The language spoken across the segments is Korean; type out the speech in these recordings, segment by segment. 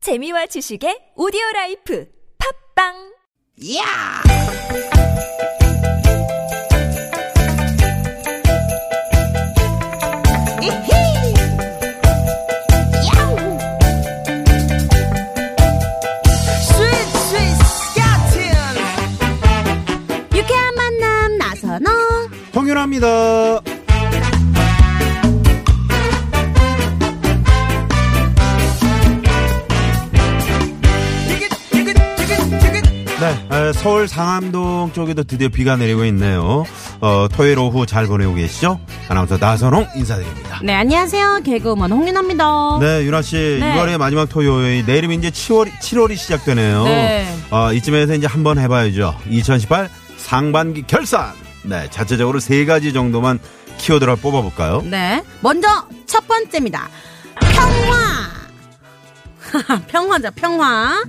재미와 지식의 오디오 라이프 팝빵! 야! 이히! 야우! 스윗 스윗 야틴! 유쾌한 만남 나선호 홍윤아입니다. 티켓 티켓 티켓 티켓 네, 에, 서울 상암동 쪽에도 드디어 비가 내리고 있네요. 어, 토요일 오후 잘 보내고 계시죠? 아나운서 나선홍 인사드립니다. 네 안녕하세요 개그우먼 홍윤아입니다 네, 윤아 씨, 네. 6월의 마지막 토요일, 내일이면 이제 7월, 7월이 시작되네요. 네. 어, 이쯤에서 이제 한번 해봐야죠. 2018 상반기 결산. 네, 자체적으로 세 가지 정도만 키워드를 뽑아볼까요? 네. 먼저 첫 번째입니다 평화 평화죠 평화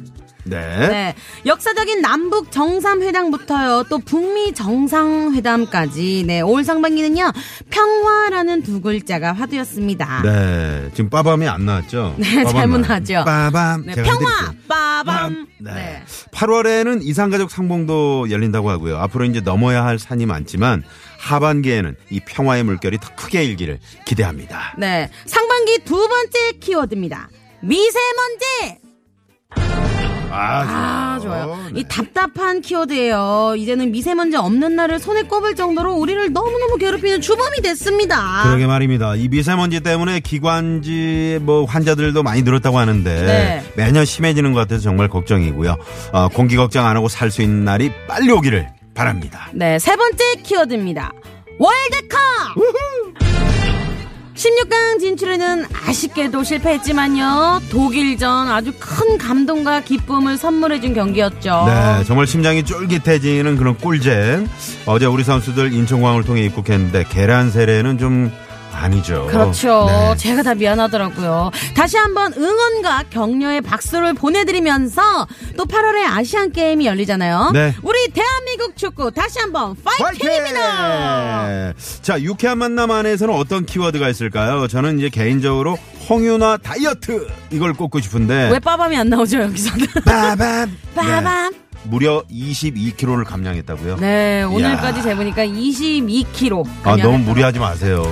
네. 네 역사적인 남북 정상회담부터요 또 북미 정상회담까지 네 올 상반기는요 평화라는 두 글자가 화두였습니다 네, 지금 빠밤이 안 나왔죠? 네, 빠밤 잘못 나와요. 나왔죠. 빠밤. 네, 제가 평화 해드릴게요. 빠밤 네. 네. 8월에는 이산가족 상봉도 열린다고 하고요. 앞으로 이제 넘어야 할 산이 많지만 하반기에는 이 평화의 물결이 더 크게 일기를 기대합니다. 네. 상반기 두 번째 키워드입니다 미세먼지 아, 좋아요. 네. 이 답답한 키워드예요. 이제는 미세먼지 없는 날을 손에 꼽을 정도로 우리를 너무너무 괴롭히는 주범이 됐습니다. 그러게 말입니다. 이 미세먼지 때문에 기관지 뭐 환자들도 많이 늘었다고 하는데 네. 매년 심해지는 것 같아서 정말 걱정이고요. 어, 공기 걱정 안 하고 살 수 있는 날이 빨리 오기를 바랍니다. 네, 세 번째 키워드입니다. 월드컵! 16강 진출에는 아쉽게도 실패했지만요. 독일전 아주 큰 감동과 기쁨을 선물해준 경기였죠. 네, 정말 심장이 쫄깃해지는 그런 꿀잼. 어제 우리 선수들 인천공항을 통해 입국했는데 계란 세례는 좀 아니죠. 그렇죠. 네. 제가 다 미안하더라고요. 다시 한번 응원과 격려의 박수를 보내드리면서 또 8월에 아시안 게임이 열리잖아요. 네. 우리 대한민국 축구 다시 한번 파이팅입니다. 네. 자, 유쾌한 만남 안에서는 어떤 키워드가 있을까요? 저는 이제 개인적으로 홍윤아 다이어트 이걸 꼽고 싶은데 왜 빠밤이 안 나오죠 여기서는? 네. 빠밤 빠밤. 네, 무려 22kg를 감량했다고요. 네, 오늘까지 이야. 재보니까 22kg. 아, 너무 무리하지 마세요.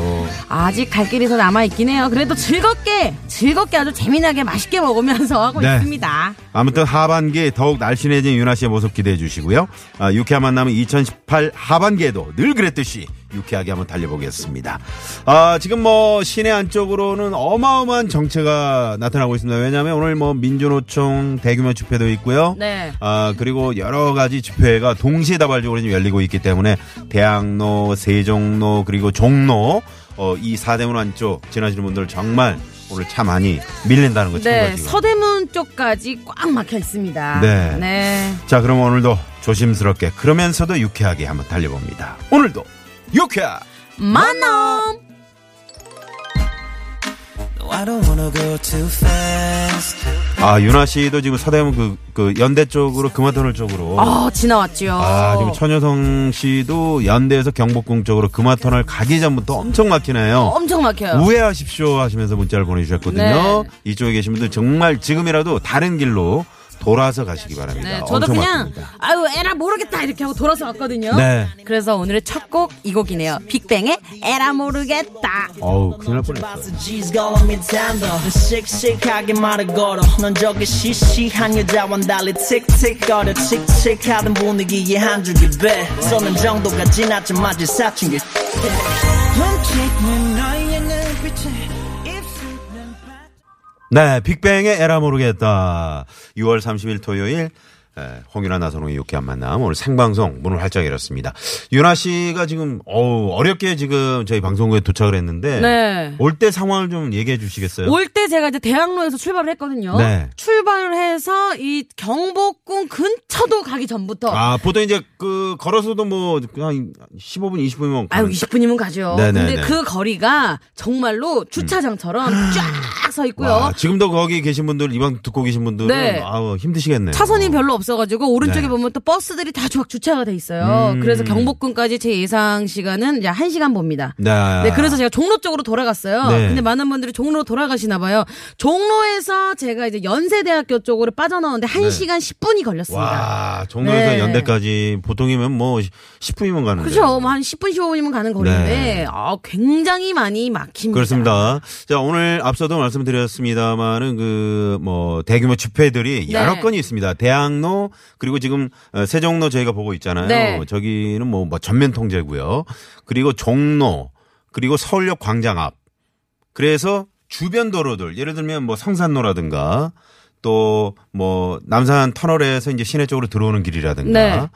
아직 갈 길이 더 남아있긴 해요. 그래도 즐겁게, 즐겁게 아주 재미나게 맛있게 먹으면서 하고 네. 있습니다. 아무튼 하반기에 더욱 날씬해진 윤아 씨의 모습 기대해 주시고요. 아, 유쾌한 만남은 2018 하반기에도 늘 그랬듯이 유쾌하게 한번 달려보겠습니다. 아, 지금 뭐 시내 안쪽으로는 어마어마한 정체가 나타나고 있습니다. 왜냐하면 오늘 뭐 민주노총 대규모 집회도 있고요. 네. 아, 그리고 여러 가지 집회가 동시다발적으로 지금 열리고 있기 때문에 대학로, 세종로, 그리고 종로, 어, 이 사대문 안쪽 지나시는 분들 정말 오늘 차 많이 밀린다는 거 네, 참고하시고요. 서대문 쪽까지 꽉 막혀 있습니다. 네. 네. 자, 그럼 오늘도 조심스럽게 그러면서도 유쾌하게 한번 달려봅니다. 오늘도 유쾌! 아, 만남! No, I don't wanna go too fast. 아, 윤아 씨도 지금 서대문 그, 그 연대 쪽으로 금화터널 쪽으로. 아, 지나왔지요. 네. 아, 지금 천여성 씨도 연대에서 경복궁 쪽으로 금화터널 가기 전부터 엄청 막히네요. 엄청 막혀요. 우회하십시오 하시면서 문자를 보내주셨거든요. 네. 이쪽에 계신 분들 정말 지금이라도 다른 길로 돌아서 가시기 바랍니다. 네, 저도 엄청 그냥 막힙니다. 아유 에라 모르겠다 이렇게 하고 돌아서 왔거든요. 네. 그래서 오늘의 첫 곡 이 곡이네요. 빅뱅의 에라 모르겠다. 어우, 큰일 날 뻔했어요. G's going me down though. 씩씩하게 말을 걸어. 넌 저기 시시한 여자와 달리 틱틱거려. 칙칙하던 분위기에 한 줄기 배. 쏘는 정도가 지나치면 아직 사춘기. 멈칫는 너의 눈빛에 입술은 바- 네, 빅뱅의 에라 모르겠다. 6월 30일 토요일 에, 홍윤아 나선홍의 유쾌한 만남 오늘 생방송 문을 활짝 열었습니다. 윤아 씨가 지금 어우, 어렵게 지금 저희 방송국에 도착을 했는데 네. 올 때 상황을 좀 얘기해 주시겠어요? 올 때 제가 이제 대학로에서 출발을 했거든요. 네. 출발을 해서 이 경복궁 근처도 가기 전부터 아, 보통 이제 그 걸어서도 뭐 그냥 15분 뭐 20분이면 네, 아유 20분이면 가죠. 네네네. 근데 그 거리가 정말로 주차장처럼 쫙 서 있고요. 와, 아, 지금도 거기 계신 분들 이방 듣고 계신 분들은 네. 아우 힘드시겠네요. 차선이 별로 없어가지고 오른쪽에 네. 음. 보면 또 버스들이 다 주악 주차가 돼 있어요. 그래서 경복궁까지 제 예상 시간은 이제 한 시간 봅니다. 네. 네, 그래서 제가 종로 쪽으로 돌아갔어요. 네. 근데 많은 분들이 종로로 돌아가시나 봐요. 종로에서 제가 이제 연세대학교 쪽으로 빠져나오는데 한시간 10분이 걸렸습니다. 네. 와 종로에서 네. 연대까지 보통이면 뭐 10분이면 가는데. 그렇죠. 뭐한 10분 15분이면 가는 거리인데 네. 아, 굉장히 많이 막힙니다. 그렇습니다. 자, 오늘 앞서도 말씀드렸습니다만은 그 뭐 대규모 집회들이 여러 네. 건이 있습니다. 대학로 그리고 지금 어, 세종로 저희가 보고 있잖아요. 네. 저기는 뭐, 뭐 전면 통제고요. 그리고 종로 그리고 서울역 광장 앞. 그래서 주변 도로들 예를 들면 뭐 성산로라든가 또 뭐 남산 터널에서 이제 시내 쪽으로 들어오는 길이라든가 네. 어,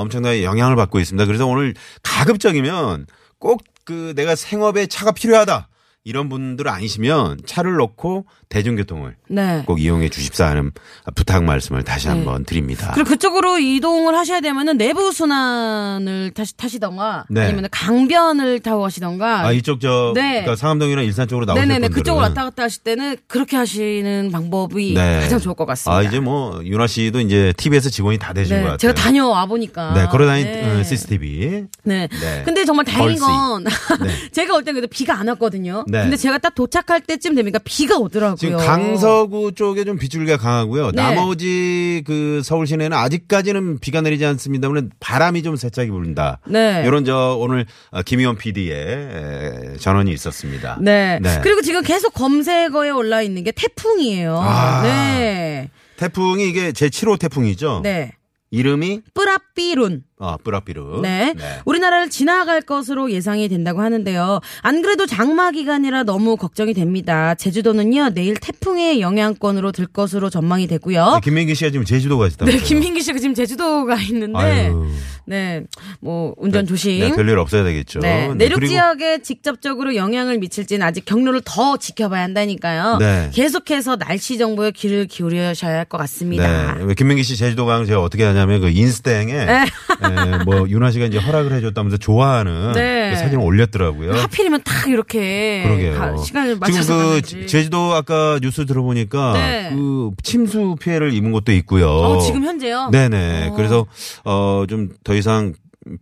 엄청나게 영향을 받고 있습니다. 그래서 오늘 가급적이면 꼭 그 내가 생업에 차가 필요하다 이런 분들 아니시면 차를 놓고 대중교통을 네. 꼭 이용해 주십사 하는 부탁 말씀을 다시 한번 드립니다. 그리고 그쪽으로 이동을 하셔야 되면은 내부 순환을 타시, 타시던가 네. 아니면 강변을 타고 가시던가 아 이쪽 저 네. 그러니까 상암동이나 일산 쪽으로 나오실 네네네 분들은 그쪽으로 왔다 갔다 하실 때는 그렇게 하시는 방법이 네. 가장 좋을 것 같습니다. 아 이제 뭐 윤아 씨도 이제 TBS 직원이 다 되신 네, 것 같아요. 제가 다녀와 보니까 네, 걸어다닌 네. 어, CCTV. 네. 네. 근데 정말 다행인 걸씨. 건 제가 올 땐 그래도 비가 안 왔거든요. 네. 근데 제가 딱 도착할 때쯤 되니까 비가 오더라고요. 지금 강서구 쪽에 좀 빗줄기가 강하고요. 네. 나머지 그 서울 시내는 아직까지는 비가 내리지 않습니다만 바람이 좀 세차게 불린다. 네. 이런 저 오늘 어, 김희원 PD의 전원이 있었습니다. 네. 네. 그리고 지금 계속 검색어에 올라 있는 게 태풍이에요. 아. 네. 태풍이 이게 제 7호 태풍이죠. 네. 이름이 뿌라삐룬. 아, 뿌라삐루. 네. 우리나라를 지나갈 것으로 예상이 된다고 하는데요. 안 그래도 장마 기간이라 너무 걱정이 됩니다. 제주도는요, 내일 태풍의 영향권으로 들 것으로 전망이 되고요. 네, 김민기 씨가 지금 제주도 가시다고요. 어? 네, 김민기 씨가 지금 제주도가 있는데, 아유. 네, 뭐, 운전 조심. 네, 별일 없어야 되겠죠. 네, 네, 내륙 그리고 지역에 직접적으로 영향을 미칠지는 아직 경로를 더 지켜봐야 한다니까요. 네. 계속해서 날씨 정보에 귀를 기울여셔야 할 것 같습니다. 네. 네. 왜 김민기 씨 제주도 가면 제가 어떻게 하냐면 그 인스타에 예, 뭐 윤아 씨가 이제 허락을 해줬다면서 좋아하는 네. 그 사진을 올렸더라고요. 하필이면 딱 이렇게 그러게요. 가- 시간을 지금 맞춰서 그 가는지. 제주도 아까 뉴스 들어보니까 네. 그 침수 피해를 입은 것도 있고요. 어, 지금 현재요? 네네. 어. 그래서 어 좀 더 이상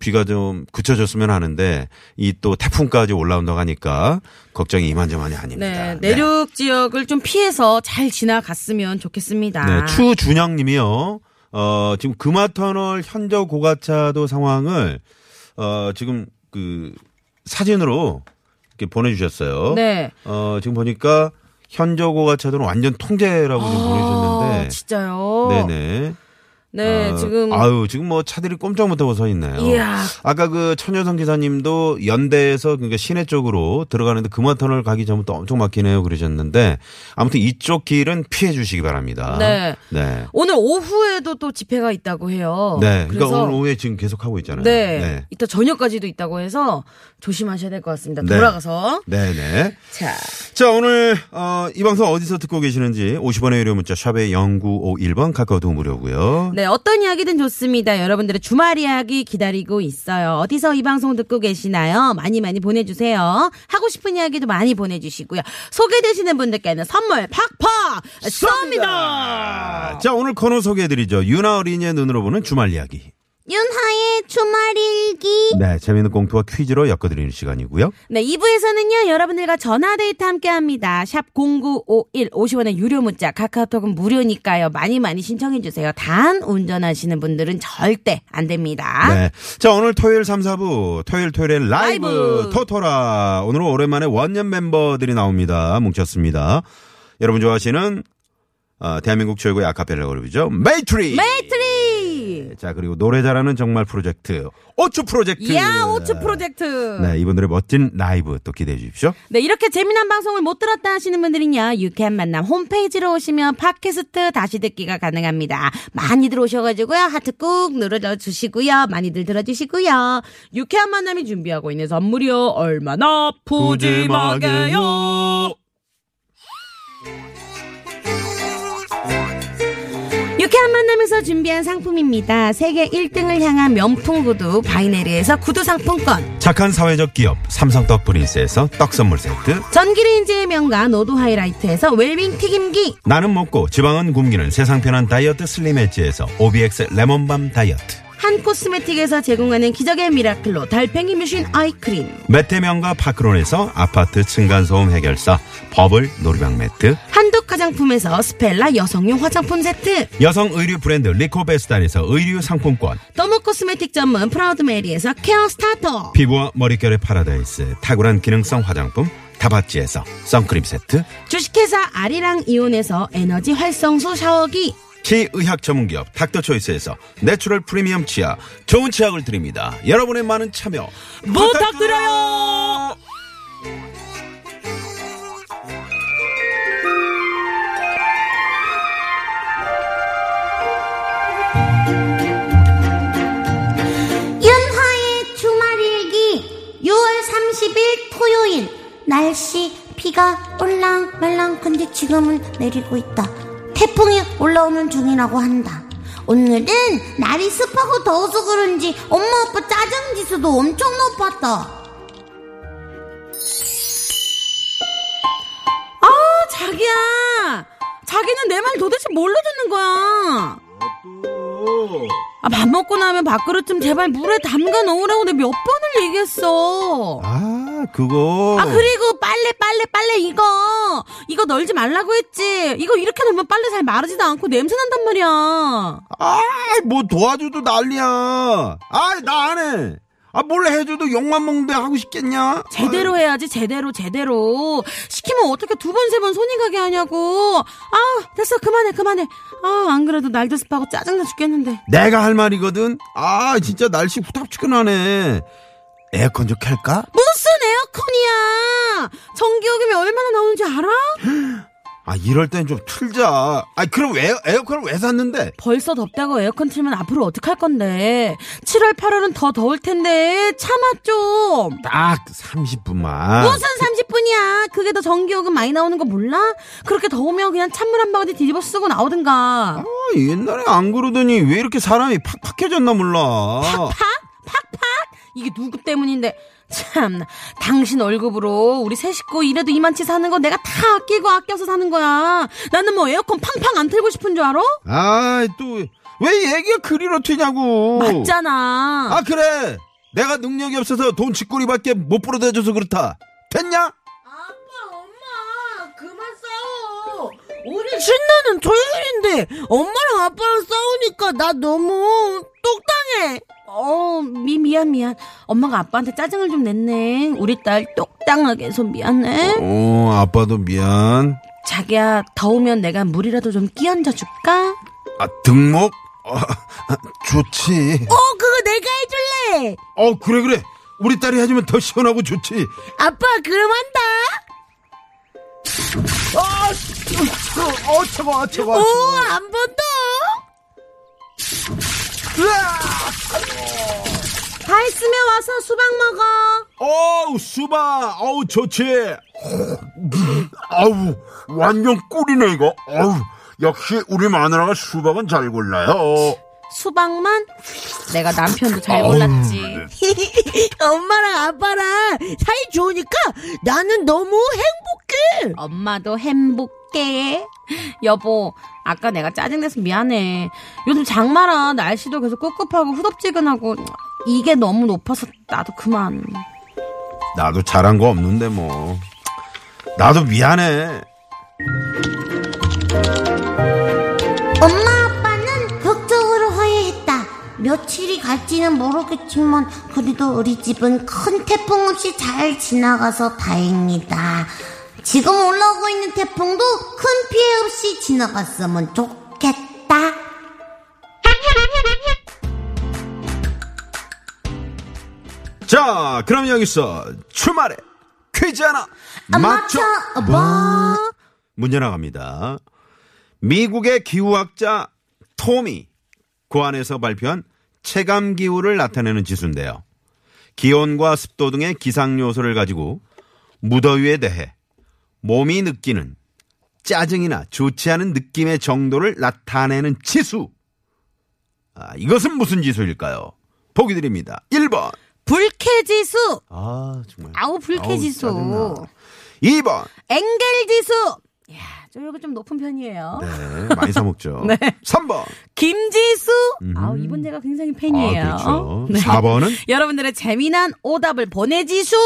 비가 좀 그쳐졌으면 하는데 이 또 태풍까지 올라온다고 하니까 걱정이 이만저만이 아닙니다. 네, 내륙 지역을 좀 피해서 잘 지나갔으면 좋겠습니다. 네, 추준영 님이요. 어, 지금 금화터널 현저 고가차도 상황을 어, 지금 그 사진으로 이렇게 보내 주셨어요. 네. 어, 지금 보니까 현저 고가차도는 완전 통제라고 좀 보내 아, 주셨는데 진짜요? 네네. 네, 어, 지금 아유, 지금 뭐 차들이 꼼짝 못하고 서 있네요. 이야. 아까 그 천여성 기사님도 연대에서 그러니까 시내 쪽으로 들어가는데 금화터널 가기 전부터 엄청 막히네요 그러셨는데 아무튼 이쪽 길은 피해 주시기 바랍니다. 네. 네. 오늘 오후에도 또 집회가 있다고 해요. 네. 그러니까 어, 그래서 오늘 오후에 지금 계속 하고 있잖아요. 네, 네. 이따 저녁까지도 있다고 해서 조심하셔야 될 것 같습니다. 네. 돌아가서 네, 네. 자 자, 오늘, 어, 이 방송 어디서 듣고 계시는지 50원의 유료 문자 샵에 0951번 카카오도 무료고요 네, 어떤 이야기든 좋습니다. 여러분들의 주말 이야기 기다리고 있어요. 어디서 이 방송 듣고 계시나요? 많이 많이 보내주세요. 하고 싶은 이야기도 많이 보내주시고요. 소개되시는 분들께는 선물 팍팍 쏩니다. 아, 자, 오늘 코너 소개해드리죠. 유나 어린이의 눈으로 보는 주말 이야기. 윤하의 주말 일기. 네, 재미있는 공투와 퀴즈로 엮어드리는 시간이고요. 네, 2부에서는요, 여러분들과 전화데이트 함께 합니다. 샵 0951, 50원의 유료 문자, 카카오톡은 무료니까요. 많이 많이 신청해주세요. 단, 운전하시는 분들은 절대 안 됩니다. 네. 자, 오늘 토요일 3, 4부, 토요일 토요일에 라이브, 라이브. 토토라. 오늘은 오랜만에 원년 멤버들이 나옵니다. 뭉쳤습니다. 여러분 좋아하시는 어, 대한민국 최고의 아카펠라 그룹이죠. 메이트리. 메이트리! 자, 그리고 노래 잘하는 정말 프로젝트. 오츠 프로젝트. 야, 오츠 프로젝트! 그 네, 이분들의 멋진 라이브 또 기대해 주십시오. 네, 이렇게 재미난 방송을 못 들었다 하시는 분들은요, 유쾌한 만남 홈페이지로 오시면 팟캐스트 다시 듣기가 가능합니다. 많이들 오셔가지고요, 하트 꾹 눌러주시고요, 많이들 들어주시고요. 유쾌한 만남이 준비하고 있는 선물이요, 얼마나 푸짐하게요. 유쾌한 유쾌한 만남에서 준비한 상품입니다. 세계 1등을 향한 명품 구두 바이네리에서 구두 상품권. 착한 사회적 기업 삼성떡 프린스에서 떡 선물 세트 전기레인지의 명가 노도 하이라이트에서 웰빙 튀김기. 나는 먹고 지방은 굶기는 세상 편한 다이어트 슬림 엣지에서 오비엑스 레몬밤 다이어트 한 코스메틱에서 제공하는 기적의 미라클로 달팽이 뮤신 아이크림. 메테면과 파크론에서 아파트 층간소음 해결사 버블 놀이방 매트 한독 화장품에서 스펠라 여성용 화장품 세트. 여성 의류 브랜드 리코베스탄에서 의류 상품권 더모 코스메틱 전문 프라우드메리에서 케어 스타터. 피부와 머릿결의 파라다이스 탁월한 기능성 화장품 다바찌에서 선크림 세트 주식회사 아리랑 이온에서 에너지 활성수 샤워기. 치의학 전문기업 닥터초이스에서 내추럴 프리미엄 치아 좋은 치약을 드립니다 여러분의 많은 참여 부탁드려요 윤화의 주말일기 6월 30일 토요일 날씨 비가 올랑말랑 근데 지금은 내리고 있다 태풍이 올라오는 중이라고 한다 오늘은 날이 습하고 더워서 그런지 엄마 아빠 짜증 지수도 엄청 높았다 아, 자기야. 자기는 내 말 도대체 뭘로 듣는 거야? 아, 밥 먹고 나면 밥그릇 좀 제발 물에 담가 놓으라고 내가 몇 번을 얘기했어. 아 그거 아, 그리고 빨래, 빨래, 빨래, 이거. 이거 널지 말라고 했지. 이거 이렇게 놓으면 빨래 잘 마르지도 않고 냄새 난단 말이야. 아이, 뭐 도와줘도 난리야. 아, 나 안 해. 아, 뭘 해줘도 욕만 먹는데 하고 싶겠냐? 아, 제대로 해야지, 제대로, 제대로. 시키면 어떻게 두 번, 세 번 손이 가게 하냐고. 아, 됐어. 그만해, 그만해. 아, 안 그래도 날도 습하고 짜증나 죽겠는데. 내가 할 말이거든. 아, 진짜 날씨 후텁지근하네. 에어컨 좀 켤까? 무슨 에어컨이야! 전기요금이 얼마나 나오는지 알아? 아, 이럴 땐 좀 틀자. 아, 그럼 왜 에어컨을 왜 샀는데? 벌써 덥다고 에어컨 틀면 앞으로 어떡할 건데. 7월, 8월은 더 더울 텐데, 참아 좀! 딱 30분만. 무슨 30분이야! 그게 더 전기요금 많이 나오는 거 몰라? 그렇게 더우면 그냥 찬물 한 바가지 뒤집어 쓰고 나오든가. 아, 옛날에 안 그러더니 왜 이렇게 사람이 팍팍해졌나 몰라. 팍! 팍팍! 이게 누구 때문인데. 참, 당신 월급으로 우리 세 식구 이래도 이만치 사는 거 내가 다 아끼고 아껴서 사는 거야. 나는 뭐 에어컨 팡팡 안 틀고 싶은 줄 알아? 아, 또 왜 얘기가 그리로 튀냐고. 맞잖아. 아 그래 내가 능력이 없어서 돈 쥐꼬리밖에 못 벌어다줘서 그렇다 됐냐? 아빠, 엄마, 그만 싸워. 우리 신나는 토요일인데 엄마랑 아빠랑 싸우니까 나 너무 똑당해. 어, 미 미안 미안. 엄마가 아빠한테 짜증을 좀 냈네. 우리 딸 똑당하게 해서 미안해. 어 아빠도 미안 자기야, 더우면 내가 물이라도 좀 끼얹어 줄까? 아 등목? 어, 좋지 어, 그거 내가 해줄래. 어 그래 그래 우리 딸이 해주면 더 시원하고 좋지 아빠, 그럼 한다. 아 어, 어, 차가워 차가워 차가워. 오, 한 번 더. 다 있으면 와서 수박 먹어. 어우 수박 어우 좋지 아우 완전 꿀이네 이거 어우 역시 우리 마누라가 수박은 잘 골라요 수박만 내가 남편도 잘 골랐지. 네. 엄마랑 아빠랑 사이 좋으니까 나는 너무 행복해. 엄마도 행복해. 여보, 아까 내가 짜증내서 미안해. 요즘 장마라 날씨도 계속 꿉꿉하고 후덥지근하고 이게 너무 높아서 나도 그만. 나도 잘한 거 없는데 뭐 나도 미안해 엄마 아빠는 극적으로 화해했다. 며칠이 갈지는 모르겠지만 그래도 우리 집은 큰 태풍 없이 잘 지나가서 다행이다. 지금 올라오고 있는 태풍도 큰 피해 없이 지나갔으면 좋겠다. 자 그럼 여기서 주말에 퀴즈 하나 맞춰봐. 뭐? 문제 나갑니다 미국의 기후학자 토미 고안에서 발표한 체감 기후를 나타내는 지수인데요 기온과 습도 등의 기상 요소를 가지고 무더위에 대해 몸이 느끼는 짜증이나 좋지 않은 느낌의 정도를 나타내는 지수. 아, 이것은 무슨 지수일까요? 보기 드립니다. 1번. 불쾌지수. 아, 정말. 아우 아우, 불쾌지수. 짜증나. 2번. engel-지수. 야, 저 이거 좀 높은 편이에요. 네, 많이 사먹죠. 3번. 아, 김지수. 아우 이분 제가 굉장히 팬이에요. 음. 아, 어? 그렇죠. 네. 4번은? 여러분들의 재미난 오답을 보내지수.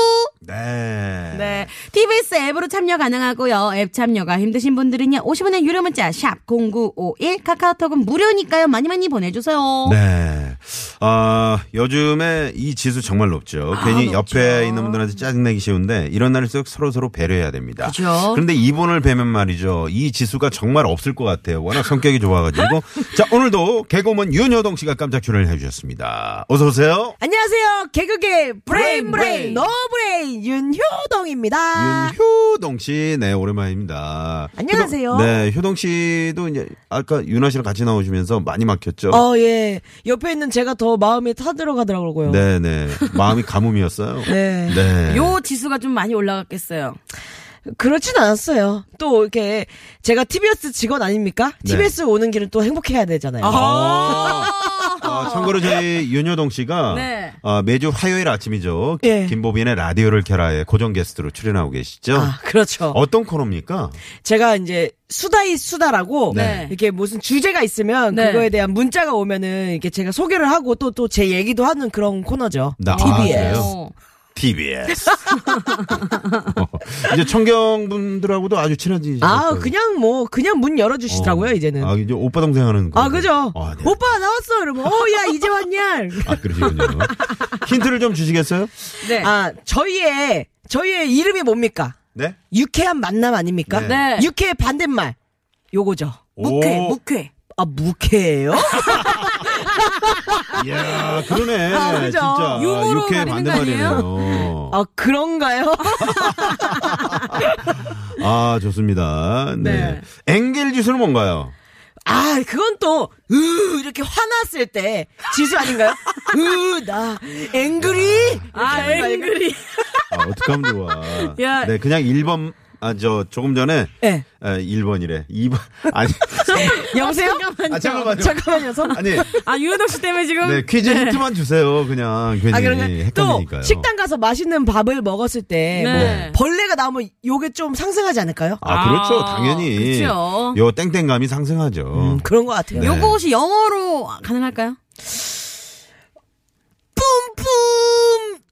네. 네. TBS 앱으로 참여 가능하고요. 앱 참여가 힘드신 분들은요. 50원의 유료 문자 샵 0951 카카오톡은 무료니까요. 많이 많이 보내 주세요. 네. 아, 요즘에 이 지수 정말 높죠. 아, 괜히 옆에 있는 분들한테 짜증내기 쉬운데 이런 날일수록 서로서로 배려해야 됩니다. 그죠. 런데 이분을 뵈면 말이죠. 이 지수가 정말 없을 것 같아요. 워낙 성격이 좋아가지고. 자, 오늘도 개그맨 윤효동 씨가 깜짝 출연을 해주셨습니다. 어서오세요. 안녕하세요. 개그계 브레인 브레인. 브레인 노브레인 윤효동입니다. 아. 윤효동 씨, 네, 오랜만입니다. 안녕하세요. 효동- 네, 효동 씨도 이제 아까 윤아 씨랑 같이 나오시면서 많이 막혔죠. 어, 예. 옆에 있는 제가 더 마음에 타들어가더라고요. 네, 네. 마음이 가뭄이었어요. 네. 네. 요 지수가 좀 많이 올라갔겠어요. 그렇진 않았어요. 또 이렇게 제가 TBS 직원 아닙니까? 네. TBS 오는 길은 또 행복해야 되잖아요. 아, 참고로 저희 윤여동 씨가 네. 아, 매주 화요일 아침이죠. 예. 김보빈의 라디오를 켜라에 고정 게스트로 출연하고 계시죠. 아, 그렇죠. 어떤 코너입니까? 제가 이제 수다이 수다라고 네. 이렇게 무슨 주제가 있으면 네. 그거에 대한 문자가 오면은 이렇게 제가 소개를 하고 또 또 제 얘기도 하는 그런 코너죠. 나- TBS. 아, 그래요? 어. TBS. 이제 청경 분들하고도 아주 친해지셨어요. 아, 그냥 뭐 그냥 문 열어 주시더라고요, 네. 어. 이제는. 아, 이제 오빠 동생 하는 거. 아, 그죠? 아, 네. 오빠 나왔어! 이러면, 어, 야, 이제 왔냐? 아, 그러시군요. 힌트를 좀 주시겠어요? 네. 아, 저희의, 저희의 이름이 뭡니까? 네. 유쾌한 만남 아닙니까? 네. 유쾌의 반대말. 요거죠. 묵회, 오. 묵회. 아, 무쾌예요 이야, 그러네. 아, 그죠? 진짜. 유머로 육회 가리는 거 아니에요? 반대말이네요. 아, 그런가요? 아, 좋습니다. 네. 네. 앵겔 지수는 뭔가요? 아, 그건 또, 으, 이렇게 화났을 때, 지수 아닌가요? 으, 나, 앵그리? 아, 앵그리. 아, 어떡하면 좋아. 야. 네. 네, 그냥 1번, 아, 저, 조금 전에. 예. 아, 1번이래. 2번. 아니. 여보세요? 아, 잠깐만요. 잠깐만요, 선. 아니, 아, 유현덕 씨 때문에 지금 네, 퀴즈 힌트만 주세요. 그냥. 괜히 아, 그러면 또 네, 헷갈리니까요. 식당 가서 맛있는 밥을 먹었을 때 네. 뭐 벌레가 나오면 요게 좀 상승하지 않을까요? 아, 그렇죠. 아, 당연히. 그렇죠. 요 땡땡감이 상승하죠. 음, 그런 것 같아요. 네. 요 요것이 영어로 가능할까요? 뿜뿜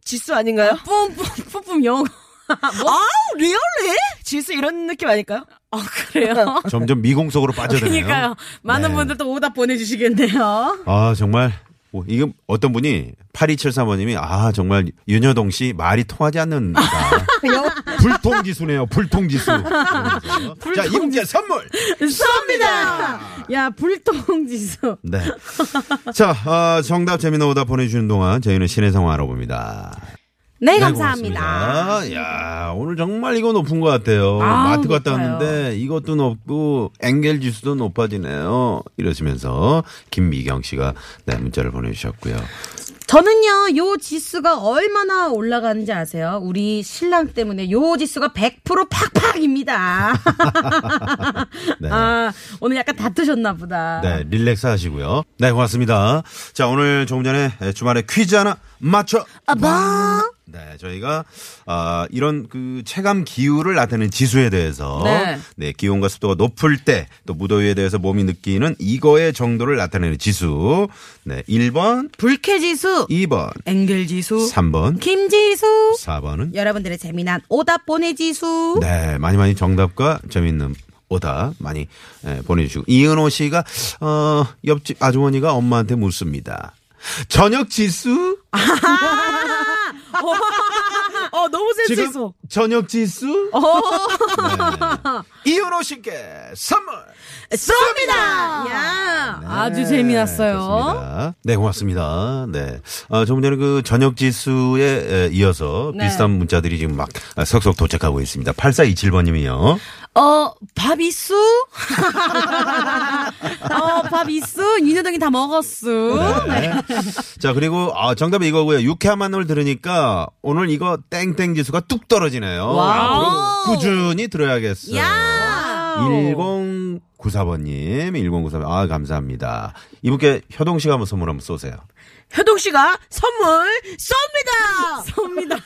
지수 아닌가요? 뿜뿜 뿜뿜 영어. 아우 리얼리 지수 이런 느낌 아닐까요? 아, 그래요? 점점 미공 속으로 빠져드네요. 그러니까요. 많은 네. 분들 또 오답 보내주시겠네요. 아, 정말. 오, 이거 어떤 분이 8273번님이 아, 정말 윤여동 씨 말이 통하지 않는다. 불통지수네요. 불통지수. 그러면서. 자, 이분께 선물. 쏩니다! 야, 불통지수. 네. 자, 어, 정답 재미나 오다 보내주는 동안 저희는 신의 상황 알아봅니다. 네, 네, 감사합니다. 고맙습니다. 야, 오늘 정말 이거 높은 것 같아요. 아우, 마트 갔다 높아요. 왔는데 이것도 높고 앵겔 지수도 높아지네요. 이러시면서 김미경 씨가 네, 문자를 보내주셨고요. 저는요, 요 지수가 얼마나 올라가는지 아세요? 우리 신랑 때문에 요 지수가 100% 팍팍입니다. 네. 아, 오늘 약간 다투셨나 보다. 네, 릴렉스 하시고요. 네, 고맙습니다. 자, 오늘 조금 전에 주말에 퀴즈 하나 맞춰. 아빠! 네, 저희가 아, 이런 그 체감 기후를 나타내는 지수에 대해서 네. 네. 기온과 습도가 높을 때 또 무더위에 대해서 몸이 느끼는 이거의 정도를 나타내는 지수. 네, 1번, 불쾌지수, 2번, 앵글지수, 3번, 김지수, 4번은 여러분들의 재미난 오답 보내지수. 네, 많이 많이 정답과 재밌는 오다 많이 예, 보내주시고 이은호 씨가 어 옆집 아주머니가 엄마한테 묻습니다. 저녁 지수 어 너무 센스 지금 있어. 저녁 지수 네. 이은호 씨께 선물 쏩니다! 야, 아주 네, 재미났어요. 좋습니다. 네, 고맙습니다. 네. 아, 조금 전에 그 저녁 지수에 에, 이어서 네. 비슷한 문자들이 지금 막 아, 속속 도착하고 있습니다. 8427번님이요. 어, 밥 있수? 어, 밥 있수? 윤여동이 다 먹었수? 네. 자, 그리고 아, 정답이 이거고요. 유쾌한 만남을 들으니까 오늘 이거 땡땡 지수가 뚝 떨어지네요. 와우. 앞으로 꾸준히 들어야겠어요. 야! 와우. 1094번님, 1094번. 아, 감사합니다. 이분께 효동 씨가 한번 선물 한번 쏘세요. 효동 씨가 선물 쏩니다. 섭니다.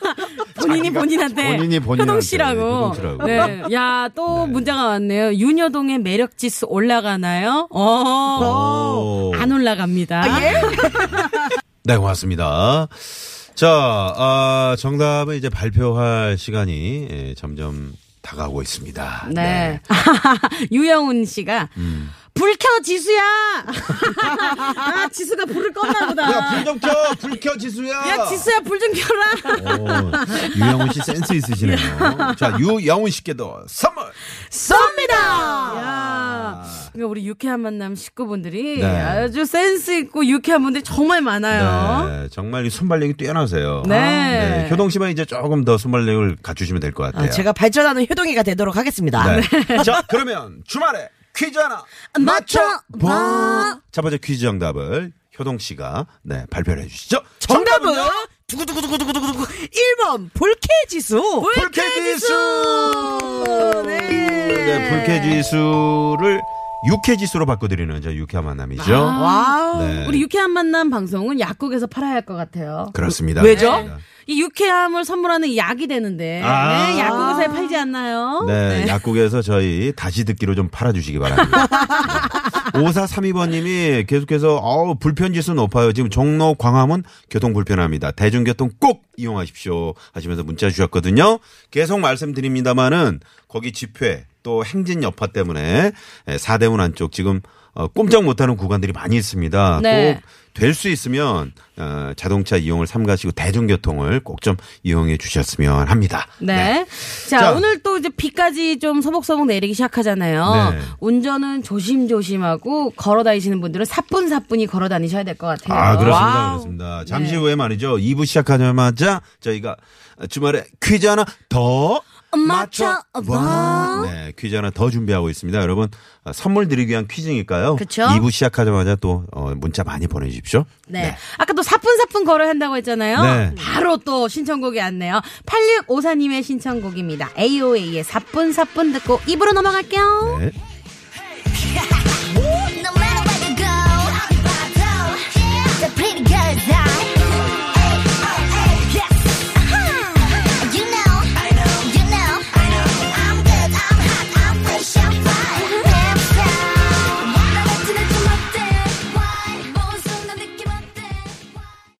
본인이 본인한테. 본인이 본인한테. 효동 씨라고. 효동 씨라고. 네. 야, 또 문자가 왔네요. 윤여동의 매력 지수 올라가나요? 어. 오. 안 올라갑니다. 네, 고맙습니다. 자, 아, 정답을 이제 발표할 시간이 예, 점점 다가오고 있습니다. 네. 유영훈 씨가 음. 불 켜 지수야. 아, 지수가 불을 껐나 보다. 야, 불 좀 켜! 불 켜, 지수야! 야, 지수야 불 좀 켜라. 오, 유영훈 씨 센스 있으시네요. 자, 유영훈 씨께도 선물! 쏩니다. 야, 그러니까 우리 유쾌한 만남 식구분들이 네. 아주 센스 있고 유쾌한 분들이 정말 많아요. 네, 정말 이 순발력이 뛰어나세요. 네. 효동 씨만 이제 조금 더 순발력을 갖추시면 될 것 같아요. 아, 제가 아, 발전하는 효동이가 되도록 하겠습니다. 네. 자, 그러면 주말에 퀴즈 하나 맞춰봐. 첫 번째 퀴즈 정답을 효동 씨가 네, 발표를 해주시죠. 정답은 두구두구두구두구두구 1번 볼케 지수. 불쾌지수! 네, 불쾌지수를 육쾌지수로 바꿔드리는 저 유쾌한 만남이죠. 와우. 네. 우리 유쾌한 만남 방송은 약국에서 팔아야 할 것 같아요. 그렇습니다. 네. 왜죠? 이 유쾌함을 선물하는 약이 되는데 아. 네, 약국에서 팔지 않나요? 네, 약국에서 저희 다시 듣기로 좀 팔아주시기 바랍니다. 5432번님이 계속해서 어우 불편지수 높아요. 지금 종로 광화문 교통 불편합니다. 대중교통 꼭 이용하십시오 하시면서 문자 주셨거든요. 계속 말씀드립니다만은 거기 집회 또 행진 여파 때문에 예, 사대문 안쪽 지금 어, 꼼짝 못하는 구간들이 많이 있습니다. 네. 꼭 될 수 있으면 어, 자동차 이용을 삼가시고 대중교통을 꼭 좀 이용해 주셨으면 합니다. 네. 자, 자. 오늘 또 이제 비까지 좀 서복서복 내리기 시작하잖아요. 네. 운전은 조심조심하고 걸어 다니시는 분들은 사뿐사뿐히 걸어 다니셔야 될 것 같아요. 네. 아, 그렇습니다. 와우. 그렇습니다. 잠시 후에 말이죠. 2부 시작하자마자 저희가 주말에 퀴즈 하나 더 맞춰봐. 네, 퀴즈 하나 더 준비하고 있습니다. 여러분, 어, 선물 드리기 위한 퀴즈니까요. 그쵸? 2부 시작하자마자 또 어, 문자 많이 보내주십시오. 네. 아까 또 사뿐사뿐 걸어야 한다고 했잖아요. 네. 바로 또 신청곡이 왔네요. 8654님의 신청곡입니다. AOA의 사뿐사뿐 듣고 입으로 넘어갈게요. 네. oh, Uh-huh.